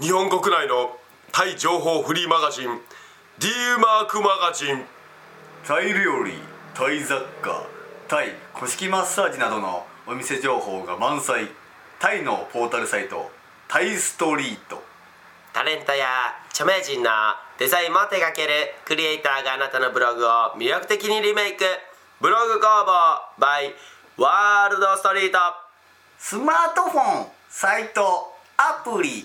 日本国内のタイ情報フリーマガジン D マークマガジンタイ料理タイ雑貨タイ古式マッサージなどのお店情報が満載タイのポータルサイトタイストリートタレントや著名人のデザインも手掛けるクリエイターがあなたのブログを魅力的にリメイクブログ工房 by ワールドストリートスマートフォンサイトアプリ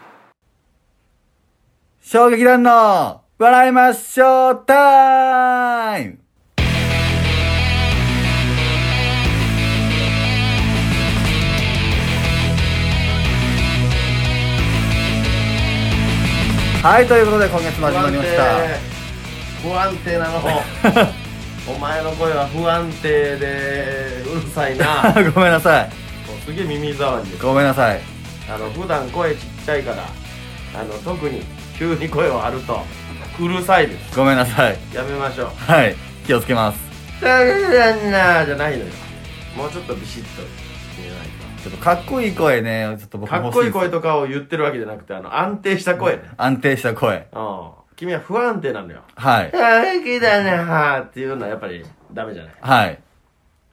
衝撃団の笑いましょうタイムはいということで今月も始まりました不安定なのお前の声は不安定でうるさいな ごめんなさいもうすげえ耳障りですごめんなさいあの普段声ちっちゃいからあの特に急に声を張るとうるさいでごめんなさいすやめましょうはい気をつけます「だんな」じゃないのよもうちょっとビシッと言えないちょっとかっこいい声ねちょっとと僕かっこいい声ととかを言ってるわけじゃなくてあの安定した声ね安定した声うん君は不安定なのよはい衝撃だなーっていうのはやっぱりダメじゃないはい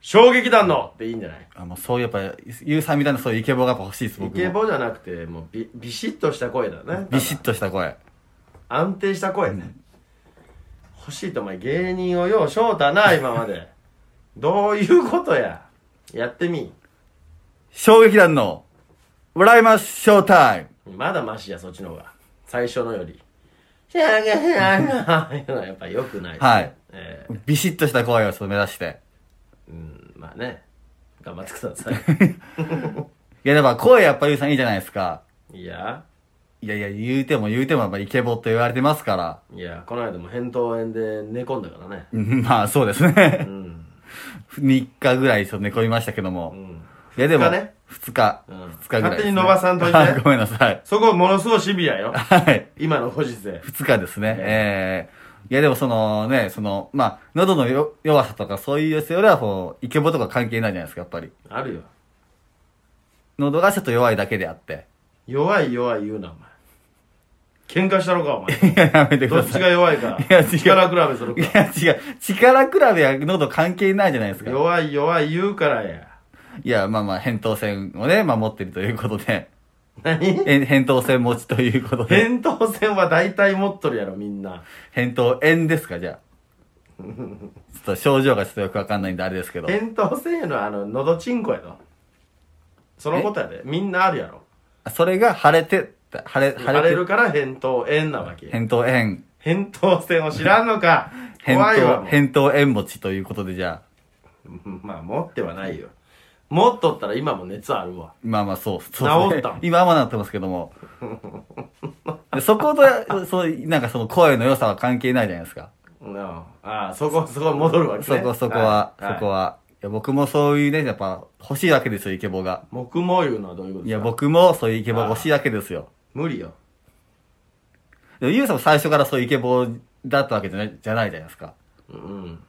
衝撃弾のっていいんじゃないあもうそういうやっぱゆうさんみたいなそういうイケボがやっぱ欲しいですイ僕ケもボじゃなくてもうビビシッとした声だねビシッとした声安定した声ね欲しいとお前芸人をようしょうだな今まで どういうことややってみ衝撃弾の笑いますショータイムまだマシやそっちの方が最初のより「しゃげしゃが」 いうのはやっぱ良くないですね、はいえビシッとした声をちょっと目指してーうんまあね頑張ってください いややっぱ声やっぱゆうさんいいじゃないですかいやいやいや言うても言うてもやっぱイケボと言われてますからいやこの間も扁桃炎で寝込んだからねうんまあそうですうねん3日ぐらいちょっと寝込みましたけども、うんいやでも二日ね2日うん2日ぐらいですね、勝手に伸ばさんといてはい ごめんなさいそこものすごいシビアよはい今のご時世2日ですね。ええいや、でもそのね、その、まあ、喉のよ弱さとかそういうやつよりは、こう、イケボとか関係ないじゃないですか、やっぱり。あるよ喉がちょっと弱いだけであって。 弱い弱い言うなお前喧嘩したろかお前 いや、やめてくどだっさちい。が弱いかいや違う力比べするかいや、違う。力比べは喉関係ないじゃないですか。弱い弱い言うからやいや、まあまあ、扁桃腺をね、まあ持ってるということで、何え扁桃腺持ちということで、扁桃腺は大体持っとるやろみんな扁桃炎ですか、じゃあ。 ちょっと症状がちょっとよくわかんないんであれですけど。扁桃腺やのはあの喉チンコやろそのことやでみんなあるやろそれが腫れて、腫れ、腫れて腫れるから扁桃炎なわけ扁桃炎。扁桃腺を知らんの か返怖いわ答、もう返答縁持ちということでじゃあ、まあ持ってはないよ持っとったら今も熱あるわまあまあそう、そう治ったの今はなってますけども。でそこと、そう、なんかその声の良さは関係ないじゃないですか。うんああそこそこ戻るわけ、ね、そこそこは、いいそこは。いや、僕もそういうね、やっぱ欲しいわけですよ、イケボが。黙毛いうのはどういうこといですや、か僕もそういうイケボが欲しいわけですよ。無理よでも、ゆうさんも最初からそういうイケボだったわけじゃない、じゃないじゃないですか。うん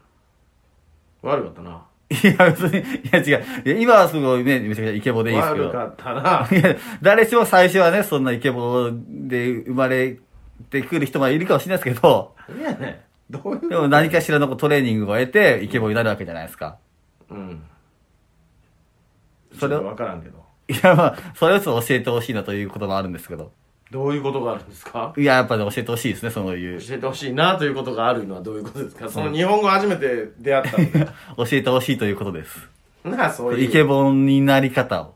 悪かったないや、別に、いや違う。いや、今はすごいね、めちゃくちゃイケボでいいですけど。悪かった ないや、誰しも最初はね、そんなイケボで生まれてくる人もいるかもしれないですけど、何やねんどういうでも何かしらのこうトレーニングを得て、イケボになるわけじゃないですか。うんそれちょっとを、分からんけどいやまあ、それをちょっと教えてほしいなということもあるんですけど。どういうことがあるんですかいや、やっぱね教えてほしいですね、そういう。 教えてほしいなということがあるのはどういうことですかその日本語初めて出会ったの で。教えてほしいということです。なあ、そういう。イケボンになり方を。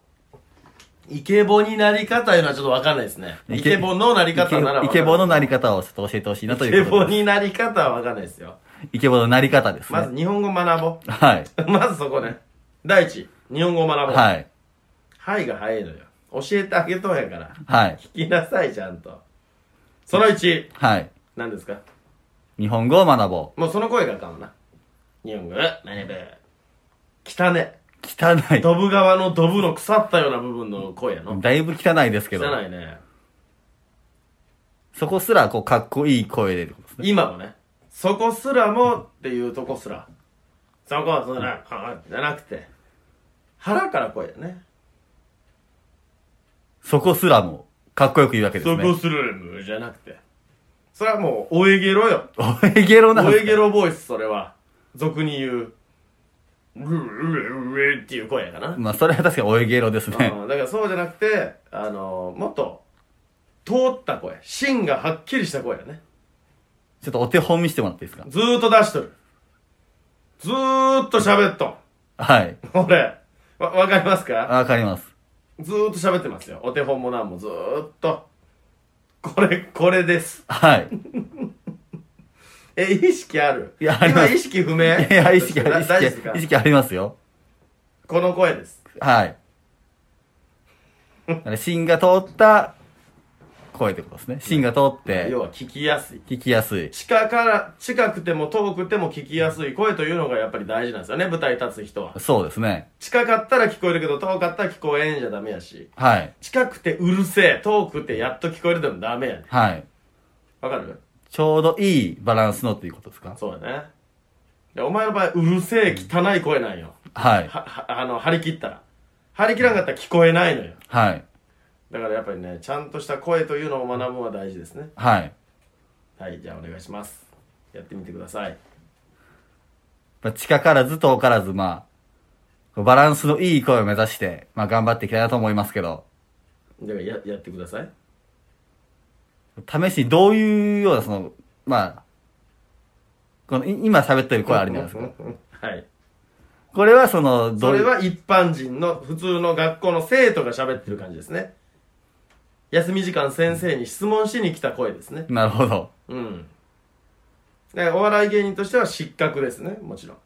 イケボになり方いうのはちょっとわかんないですね。イケボのなり方ならイケイケボのなり方。方をちょっと教えてほしいなとイいケうこボとです。になり方はわかんないですよ。イケボのなり方ですね。まず日本語学ぼはい。う。 まずそこね。第一、日本語学ぼう。。はいい。はいが早いのよ。教えてあげとんやから。はい。聞きなさい、ちゃんと。その1、はい。何ですか日本語を学ぼう。もうその声があかんわな。日本語、何べ。汚ね。汚い。ドブ川のドブの腐ったような部分の声やの。だいぶ汚いですけど。汚いね。そこすら、こう、かっこいい声で。今もね、そこすらもっていうとこすら、そこすら、あじゃなくて、腹から声だね。そこすらも、かっこよく言うわけですそね。こすらもじゃなくて。それはもう、おえげろよ。おえゲロなんおでえすげかろボイス、それは。俗に言う、うえうえうえっていう声やかな。まあ、それは確かにおえゲロですね。うんだからそうじゃなくて、あのもっと、通った声。芯がはっきりした声だね。ちょっとお手本見せてもらっていいですかずーっと出しとる。ずーっと喋っとん。はい。俺、わ、わかりますかわかります。ずーっと喋ってますよ。お手本もなんもずーっと。これ、これです。はい。え、意識あるいやありま今す意識不明いや、意識あだる、意 大丈夫です識かあ、意識ありますよ。この声です。はい。だから芯が通った声ってことですね。芯が通って要は聞きやすい。聞きやすい。近から、近くても遠くても聞きやすい声というのがやっぱり大事なんですよね、舞台立つ人は。そうですね。近かったら聞こえるけど、遠かったら聞こえんじゃダメやし。はい。近くてうるせえ、遠くてやっと聞こえるでもダメやね。はい。わかるちょうどいいバランスのということですかそうだね。で、お前の場合、うるせえ、汚い声なんよ。はい。は、は、あの、張り切ったら。張り切らんかったら聞こえないのよ。はい。だからやっぱりね、ちゃんとした声というのを学ぶのは大事ですね。はい。はい、じゃあお願いします。やってみてください。まあ近からず遠からず、まあ、バランスのいい声を目指して、まあ頑張っていきたいなと思いますけど、じゃあや、やってください。試しにどういうような、その、まあ、この、い今喋ってる声あるじゃないですか。 はい。これはその、どそういれう、は一般人の普通の学校の生徒が喋ってる感じですね。休み時間先生に質問しに来た声ですね。なるほど。うん。でお笑い芸人としては失格ですね、もちろん。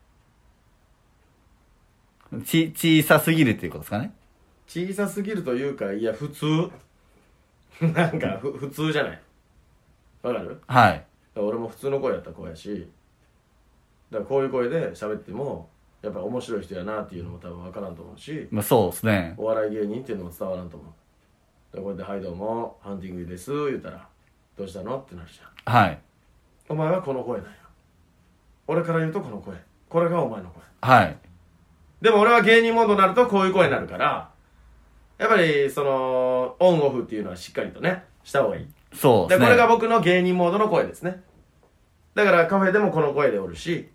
ち、小さすぎるっていうことですかね。小さすぎるというか、いや、普通。 なんか、ふ、普通じゃない。わかるはい。俺も普通の声やった子やしだからこういう声で喋ってもやっぱ面白い人やなっていうのも多分分からんと思うしまあそうですね。お笑い芸人っていうのも伝わらんと思うだからこうやって「はいどうもハンティングです」言うたら「どうしたの?」ってなるじゃんはい。お前はこの声なんや俺から言うとこの声これがお前の声はい。でも俺は芸人モードになるとこういう声になるからやっぱりそのオンオフっていうのはしっかりとねした方がいいそうででね。すこれが僕の芸人モードの声ですねだからカフェでもこの声でおるし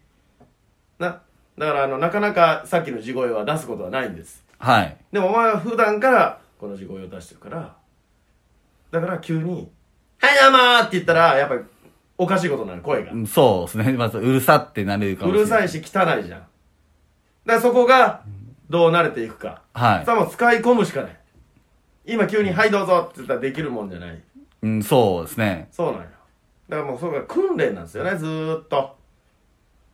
なだからあのなかなかさっきの地声は出すことはないんですはい。でもお前は普段からこの地声を出してるからだから急に「はいどうもー!」って言ったらやっぱりおかしいことになる声がうんそうですね。まず、うるさってなるかうもしれるない。さいし汚いじゃんだからそこがどう慣れていくかはいさ。もう使い込むしかない今急に「はいどうぞ」って言ったらできるもんじゃないうん、そうですね。そうなんよだからもうそれが訓練なんですよねずーっと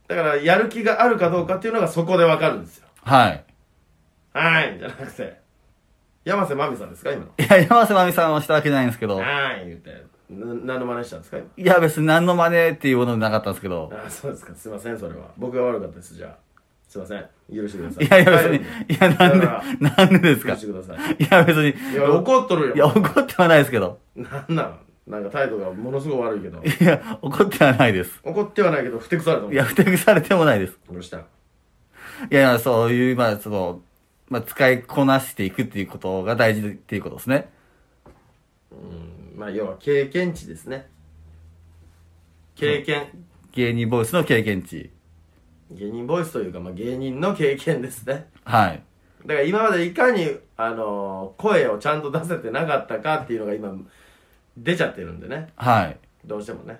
だからやる気があるかどうかっていうのがそこでわかるんですよはい。はーいじゃなくて山瀬まみさんですか今のいや、山瀬まみさんをしたわけじゃないんですけど、はーい言ってな何の真似したんですか今いや、別に何の真似っていうものもなかったんですけど、ああそうですかすいませんそれは僕が悪かったですじゃあすいません許してくださいいやいや、別はに、いいや、なんでだから、なんでです許かしていくださいや、別に、いや怒っとるよいや、怒ってはないですけど、なんなんなんか態度がものすごい悪いけどいや、怒ってはないです。怒ってはないけどふてくされたもんいや、不適されてもないです。どうしたいや、いやそういう、まあ、その、まあ、使いこなしていくっていうことが大事っていうことですね。まあ要は経験値ですね経験、芸人ボイスの経験値。芸人ボイスというか、まあ、芸人の経験ですねはい。だから今までいかに、あのー声をちゃんと出せてなかったかっていうのが今出ちゃってるんでねはい。どうしてもね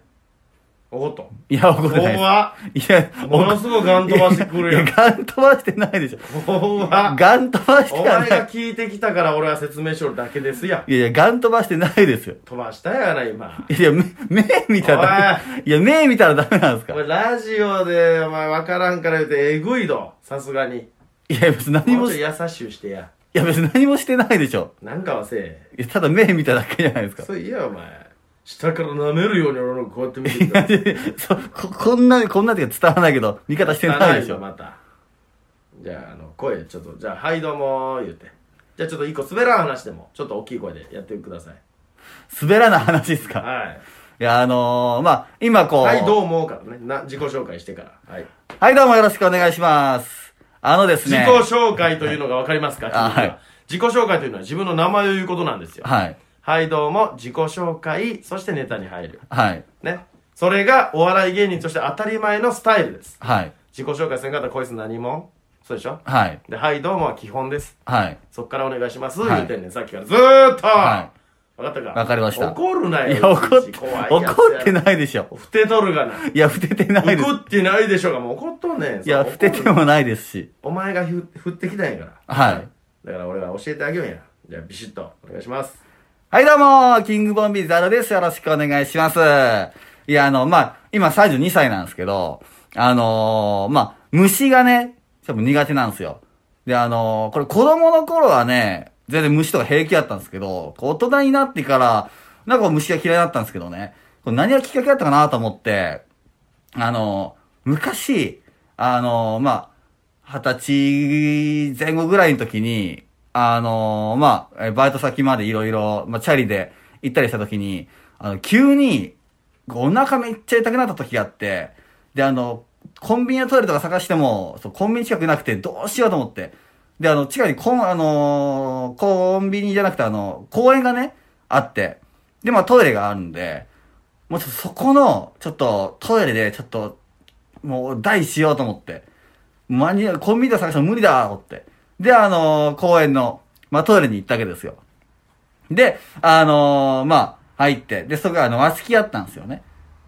怒っといや、怒ってない怖わです。いや、ものすごいガン飛ばしてくるやんいや、ガン飛ばしてないでしょ。怖わガン飛ばしておは前ないが。聞いてきたから俺は説明しよるだけですやんいやいや、ガン飛ばしてないですよ。飛ばしたやな今いや、目、目見たらダメ。いや、目見たらダメなんですおか前ラジオでお前分からんから言うてえぐいどさすがにいや、別に何ももうし、いちょい優しゅうしてやや、別に何もしてないでしょ。なんかはせえいや、ただ目見ただけじゃないですか。そう言えよお前下から舐めるように俺のこうやって見ていきたや、いやそこ、こんな、こんなって伝わらないけど、見方してないでし汚ょ。また じゃああの声ちょっとじゃあ「はいどうも」言うてじゃあちょっと一個滑らん話でもちょっと大きい声でやってください滑らない話ですか。はいいや、あのー、まあ、今こう。はいどうもからねな自己紹介してからはいはい、どうもよろしくお願いします。あのです自ね。己紹介というのが分かりますか、あはい君は自己紹介というのは自分の名前を言うことなんですよ。はい。はい、どうも、自己紹介、そしてネタに入る。はい。ね。それがお笑い芸人として当たり前のスタイルです。はい。自己紹介せんかったらこいつ何もそうでしょはい。で、はい、どうもは基本です。はい。そっからお願いします。はい言うてんねん、さっきから。ずーっと、は分かったかわかりました。怒るないよ。いや、怒っいちて、いち怖いやつやな怒ってないでしょ。ふてとるがな。いや、ふててないです怒。ってないでしょうが、もう怒っとんねん。いや、そうふてて。怒るもないですし。お前がふ振ってきたんやから。はい。だから俺が教えてあげようや。じゃあビシッとお願いします。はい、どうも、キングボンビーザルです。よろしくお願いします。いや、あの、まあ、今32歳なんですけど、あのー、まあ、虫がね、ちょっと苦手なんですよ。で、あのー、これ子供の頃はね、全然虫とか平気だったんですけど、こう大人になってから、なんかこう虫が嫌いだったんですけどね、これ何がきっかけだったかなと思って、あの、昔、あの、まあ、二十歳前後ぐらいの時に、あの、まあ、えバイト先までいろいろ、まあ、チャリで行ったりした時に、あの、急に、こうお腹めっちゃ痛くなった時があって、で、あの、コンビニやトイレとか探しても、そうコンビニ近くなくてどうしようと思って。で、あの、近くにコン、あのーコンビニじゃなくて、あの、公園がね、あって。で、まあトイレがあるんで、もうちょっとそこの、ちょっとトイレでちょっと、もう大しようと思って。間に合うコンビニで探したら無理だと思って。で、あのー公園の、まあトイレに行ったわけですよ。で、あのーまあ、入って。で、そこがあの、和式やったんですよね。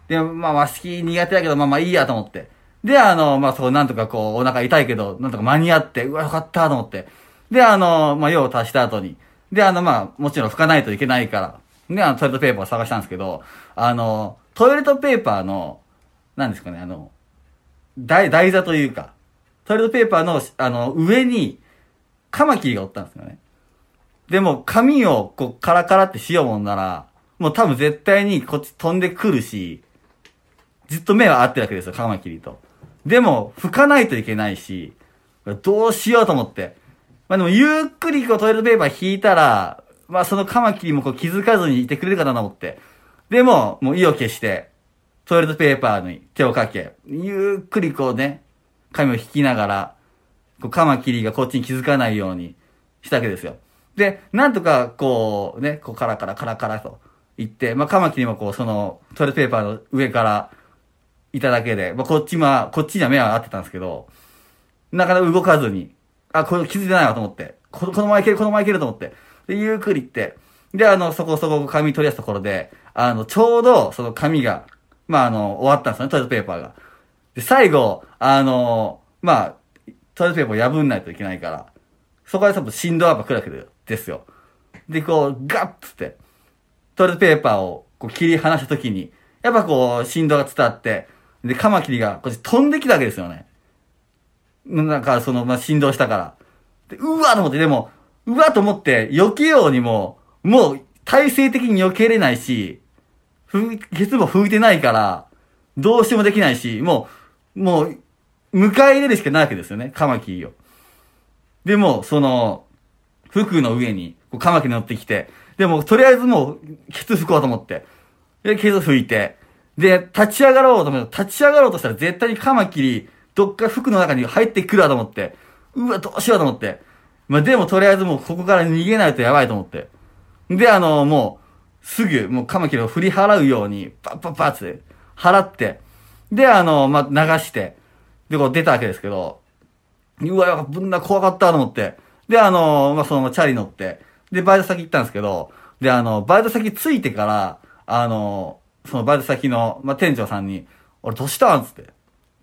で、まあ、和式苦手だけど、まあまあいいやと思って。で、あのーまあ、そう、なんとかこう、お腹痛いけど、なんとか間に合って、うわ、よかったと思って。で、あのーまあ、用を足した後に。で、あの、まあ、もちろん拭かないといけないから。で、あの、トイレットペーパーを探したんですけど、あのートイレットペーパーの、なんですかね、あの、台、台座というか、トイレットペーパーの、あの、上に、カマキリがおったんですよね。でも、髪をこう、カラカラってしようもんなら、もう多分絶対にこっち飛んでくるし、ずっと目は合ってるわけですよ、カマキリと。でも、拭かないといけないし、どうしようと思って。まあでも、ゆっくりこうトイレットペーパー引いたら、まあそのカマキリもこう気づかずにいてくれるかなと思って。でも、もう意を決して、トイレットペーパーに手をかけ、ゆっくりこうね、髪を引きながら、こうカマキリがこっちに気づかないようにしたわけですよ。で、なんとかこうね、こうカラカラカラカラと言って、まあカマキリもこうそのトイレットペーパーの上からいただけで、まあこっちまあ、こっちには目は合ってたんですけど、なかなか動かずに、あ、これ気づいてないわと思って、ここのままいける、このままいけると思って、で、ゆっくり行って、で、あの、そこそこ紙取り出すところで、あの、ちょうどその紙が、まあ、あの、終わったんですよね、トイレットペーパーが。で、最後、あの、まあ、トイレットペーパーを破んないといけないから、そこで多分振動がやっぱ来るわけですよ。で、こう、ガッつって、トイレットペーパーをこう切り離した時に、やっぱこう、振動が伝わって、で、カマキリがこっち飛んできたわけですよね。なんか、その、まあ、振動したから。で、うわと思って、でも、うわと思って、避けようにも、もう、体勢的に避けれないし、ふ、ケツも拭いてないから、どうしてもできないし、もう、もう、迎え入れるしかないわけですよね、カマキリを。でも、その、服の上に、こうカマキリ乗ってきて、でも、とりあえずもう、ケツ拭こうと思って、で、ケツ拭いて、で、立ち上がろうと思って、立ち上がろうとしたら絶対にカマキリ、どっか服の中に入ってくるわと思って、うわ、どうしようと思って。まあ、でもとりあえずもうここから逃げないとやばいと思って。で、あの、もう、すぐ、もうカマキリを振り払うように、パッパッパッって、払って、で、あの、まあ、流して、で、こう出たわけですけど、うわ、ぶんな怖かったと思って。で、あのまあ、そのチャリ乗って、で、バイト先行ったんですけど、で、あの、バイト先着いてから、あの、そのバイト先の、まあ、店長さんに、俺、どうしたんつって。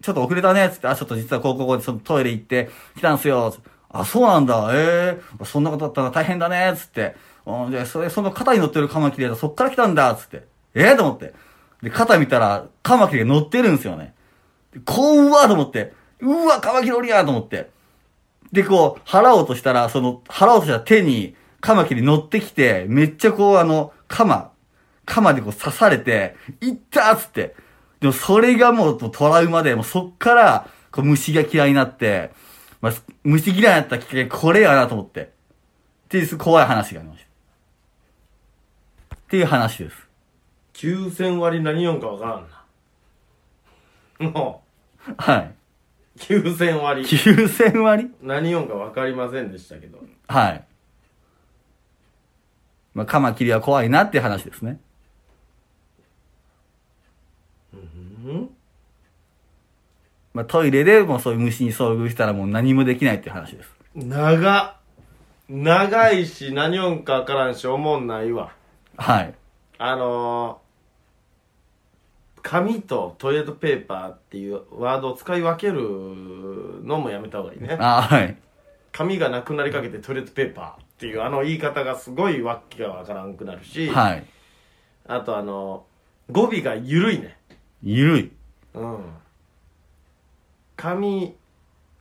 ちょっと遅れたねっつって、あ、ちょっと実は高校でそのトイレ行って来たんすよ。あ、そうなんだ。ええそんなことだったら大変だねっつって。うん、で、それ、その肩に乗ってるカマキリがそっから来たんだっつって。ええと思って。で、肩見たら、カマキリが乗ってるんですよね。でこう、うわと思って。うわ、カマキリおりやと思って。で、こう、払おうとしたら、その、払おうとした手に、カマキリ乗ってきて、めっちゃこう、あの、カマ、カマでこう刺されて、いったーっつって。でも、それがもうトラウマで、もうそっから、こう、虫が嫌いになって、まあ、虫嫌いになったきっかけ、これやなと思って。っていう、怖い話がありました。っていう話です。 9000割何4かわからんなもはい。 う9000割9000割何4かわかりませんでしたけどはい。まあ、カマキリは怖いなっていう話ですね。まあ、トイレでもうそういう虫に遭遇したらもう何もできないっていう話です。長っ長いし何4かわからんしおもんないわはい。あのー、紙とトイレットペーパーっていうワードを使い分けるのもやめた方がいいねあはい。紙がなくなりかけてトイレットペーパーっていうあの言い方がすごいわけがわからんくなるし、はい。あとあの語尾が緩いねゆるい。うん紙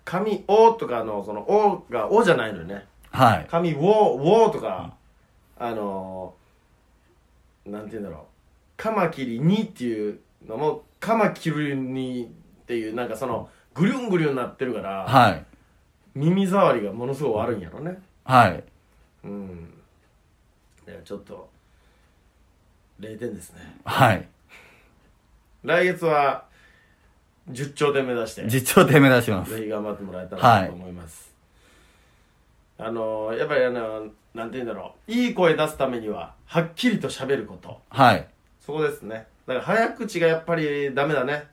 紙「お」とかのその「お」が「お」じゃないのよねはい。紙「お」「お」とかあのなんて言うんだろうカマキリにっていうのもカマキリにっていうなんかそのぐりゅんぐりゅんなってるから、はい。耳障りがものすごい悪いんやろねはい。うんいやちょっと0点ですねはい。来月は10頂点目指してぜ実調で目指します。ひ頑張ってもらえたらなと思います、あのやっぱりあのなんて言うんだろういい声出すためにははっきりと喋ることはい。そこですねだから早口がやっぱりダメだね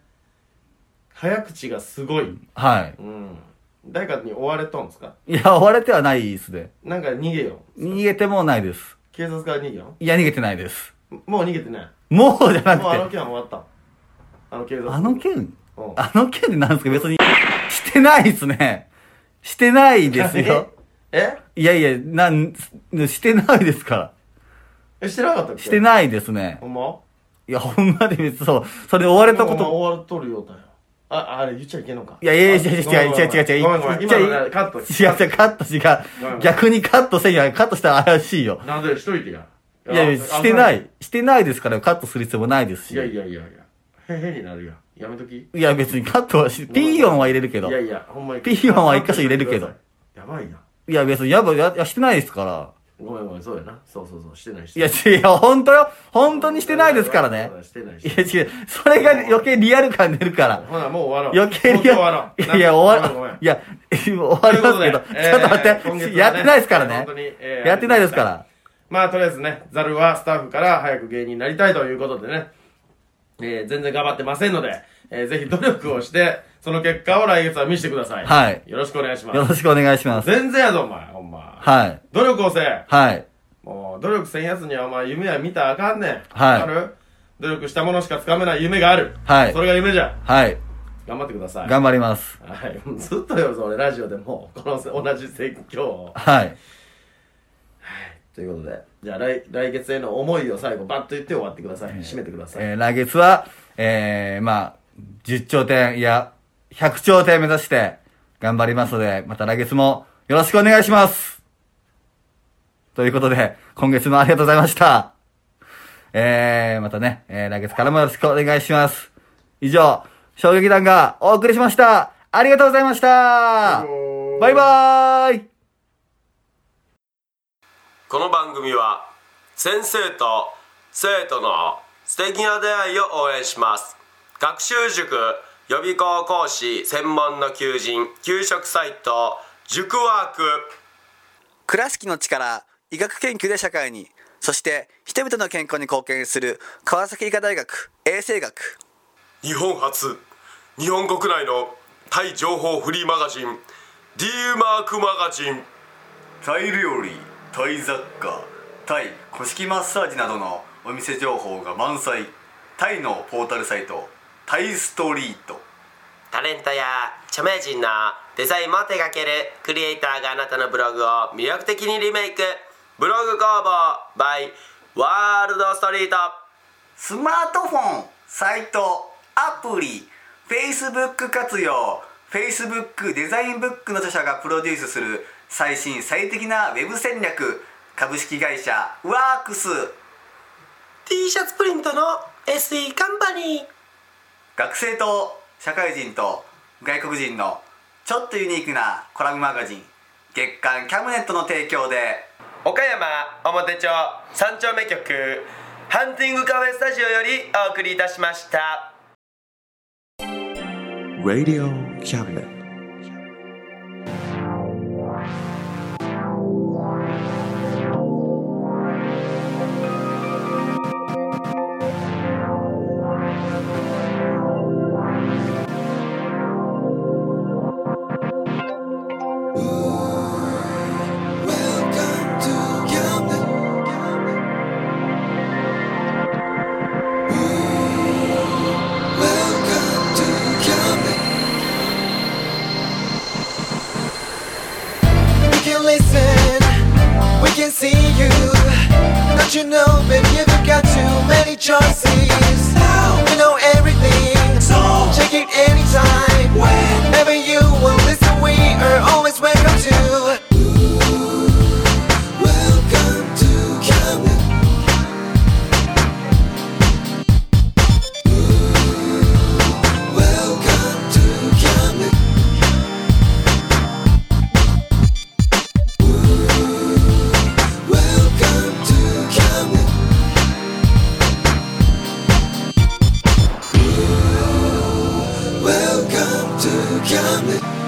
早口がすごいはい。うん誰かに追われとんすかいや、追われてはないですね。なんか逃げよう逃げてもないです。警察から逃げよいや、逃げてないです。うもう逃げてないもうじゃなもうあのくて。件は終わったあの警察あの件うんあの件ってなんですか別に。してないっすね。してないですよ。えいやいや、なん、してないですから。えしてなかったっけしてないですねほ。んまいや、ほんまに別にそう。それで追われたこでもと。終わっとるようだよああれ言っちゃいけんのかいやいやいや違う違う違う違う違う。ごめんごめん今のねカット違う違う、カット違ごめんごめう。ん逆にカットせんや。カットしたら怪しいよ。なんでしといてやいやいや、してない。してないですから、カットする必要もないですし。いやいやいやいやへへになるやんやめときいや別にカットはし、ピーヨンは入れるけど。いやいやほんまにピーヨンは一箇所入れるけどやばいないや別に、やば、や、いやしてないですから。ごめんごめんそうやなそうそうそうしてないしいや、いや、本当よ。本当にしてないですからね。してないしいや、違う。それが余計リアル感出るから。ほなもう終わろう余計もうリ今日終わろアうル。いやいや、終わごめんごめんる。いや、終わりますけど。ということでちょっと待えー今っ月はねて。やってないですからね本当にえ。ーやってないですから。まあとりあえずね、ザルはスタッフから早く芸人になりたいということでね、えー全然頑張ってませんので、えーぜひ努力をして、その結果を来月は見せてください。はいよろしくお願いしまよす。ろしくお願いします。全然やぞ、お前、ほんま。はい。努力をせ。はい。もう、努力せんやつにはお前夢は見たらあかんねん。はいわかる努力したものしかつかめない夢がある。はいそれが夢じゃ。はい。頑張ってください。頑張ります。はい。 ずっとよ、俺ラジオでも、この同じ説教を。はい。ということで、じゃあ来来月への思いを最後バッと言って終わってください。締めてください。えー来月は、えー、まあ、10兆点、いや、100兆点目指して頑張りますので、また来月もよろしくお願いしますということで、今月もありがとうございました。えー、またね、えー、来月からもよろしくお願いします。以上、衝撃団がお送りしました。ありがとうございましたバイバーイこの番組は先生と生徒の素敵な出会いを応援します学習塾予備校講師専門の求人給食サイト塾ワーク倉敷の力医学研究で社会にそして人々の健康に貢献する川崎医科大学衛生学日本初日本国内のタイ情報フリーマガジン D マークマガジンタイ料理タイ雑貨タイ古式マッサージなどのお店情報が満載タイのポータルサイトタイストリートタレントや著名人のデザインも手掛けるクリエイターがあなたのブログを魅力的にリメイクブログ工房 by ワールドストリートスマートフォンサイトアプリ Facebook 活用 Facebook デザインブックの著者がプロデュースする最新最適なウェブ戦略株式会社ワークス T シャツプリントの SE カンパニー学生と社会人と外国人のちょっとユニークなコラムマガジン月刊キャムネットの提供で岡山表町三丁目局ハンティングカフェスタジオよりお送りいたしました。 Radio Cabinet. We can listen, we can see you. Don't you know, baby, you've got too many choices. Now we know everything, so check it anytime. Whenever you will listen, we are always welcome to. Welcome to Camden. Welcome to Camden. Welcome to Camden. Welcome to Camden.